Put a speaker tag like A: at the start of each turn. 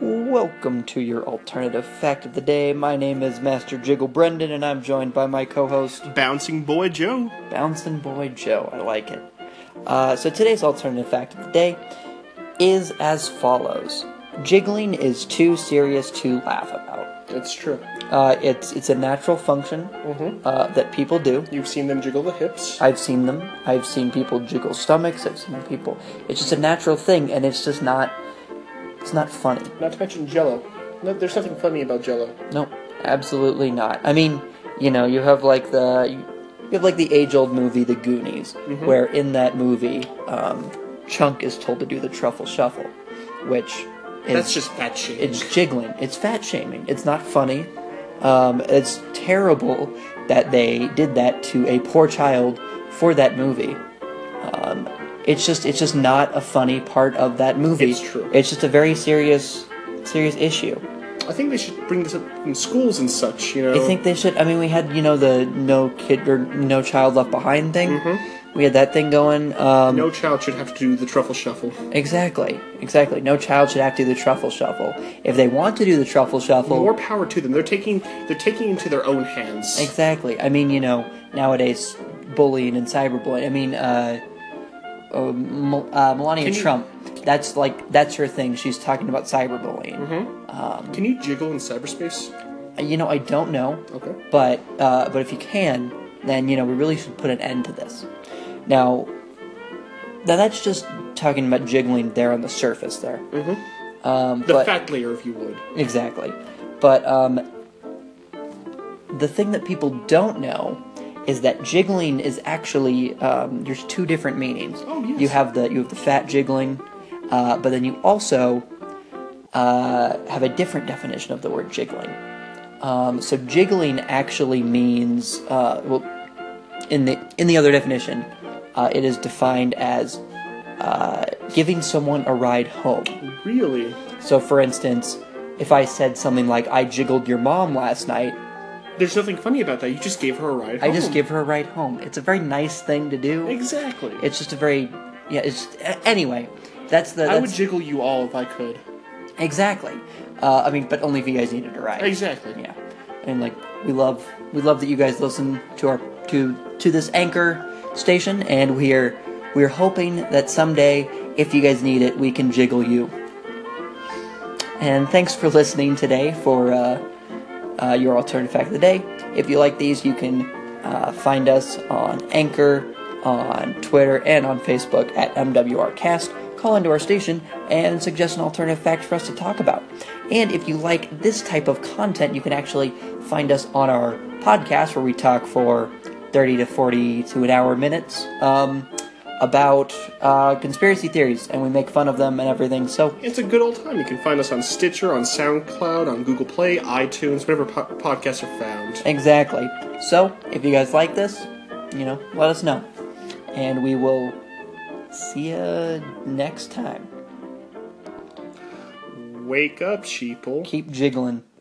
A: Welcome to your alternative fact of the day. My name is Master Jiggle Brendan, and I'm joined by my co host,
B: Bouncing Boy Joe.
A: Bouncing Boy Joe. I like it. Uh, so today's alternative fact of the day is as follows Jiggling is too serious to laugh about.
B: That's true.
A: Uh, it's, it's a natural function uh, that people do.
B: You've seen them jiggle the hips.
A: I've seen them. I've seen people jiggle stomachs. I've seen people. It's just a natural thing, and it's just not. It's not funny.
B: Not to mention Jello. No, there's nothing funny about Jello.
A: No, absolutely not. I mean, you know, you have like the you have like the age-old movie The Goonies,
B: Mm-hmm.
A: where in that movie, um, Chunk is told to do the truffle shuffle, which is
B: That's just fat shit.
A: it's jiggling, it's fat shaming, it's not funny. Um, it's terrible that they did that to a poor child for that movie. Um, it's just it's just not a funny part of that movie.
B: It's true.
A: It's just a very serious serious issue.
B: I think they should bring this up in schools and such. You know.
A: I think they should. I mean, we had you know the no kid or no child left behind thing.
B: Mm-hmm.
A: We had that thing going. Um,
B: no child should have to do the truffle shuffle.
A: Exactly, exactly. No child should have to do the truffle shuffle. If they want to do the truffle shuffle,
B: More power to them. They're taking they're taking into their own hands.
A: exactly. I mean, you know, nowadays bullying and cyberbullying. I mean, uh, uh, Mel- uh, Melania
B: Can you-
A: Trump. That's like that's her thing. She's talking about cyberbullying.
B: Mm-hmm. Can you jiggle in cyberspace?
A: You know, I don't know.
B: Okay.
A: But uh, but if you can, then you know we really should put an end to this. Now, now that's just talking about jiggling there on the surface there. Mm-hmm. Um,
B: The
A: but
B: fat layer, if you would.
A: exactly. But um, the thing that people don't know is that jiggling is actually um, there's two different meanings.
B: Oh, yes.
A: You have the you have the fat jiggling, uh, but then you also uh, have a different definition of the word jiggling. Um, so jiggling actually means uh, well, in the in the other definition, uh, it is defined as uh, giving someone a ride home.
B: Really?
A: So, for instance, if I said something like, I jiggled your mom last night,
B: There's nothing funny about that. You just gave her a ride.
A: I just
B: home.
A: give her a ride home. It's a very nice thing to do.
B: Exactly.
A: It's just a very, yeah, it's, a- anyway, that's the,
B: I would
A: that's,
B: jiggle you all if I could.
A: exactly. Uh, I mean, but only if you guys needed a ride.
B: Exactly.
A: Yeah. And like, we love, we love that you guys listen to our, to, to this anchor station, and we're, we're hoping that someday, if you guys need it, we can jiggle you. And thanks for listening today for uh, uh, your alternative fact of the day. If you like these, you can uh, find us on Anchor, on Twitter, and on Facebook at MWRcast. Call into our station and suggest an alternative fact for us to talk about. And if you like this type of content, you can actually find us on our podcast where we talk for 30 to 40 to an hour minutes um, about uh, conspiracy theories and we make fun of them and everything. So
B: It's a good old time. You can find us on Stitcher, on SoundCloud, on Google Play, iTunes, whatever po- podcasts are found.
A: Exactly. So, if you guys like this, you know, let us know. And we will see you next time.
B: Wake up, sheeple.
A: Keep jiggling.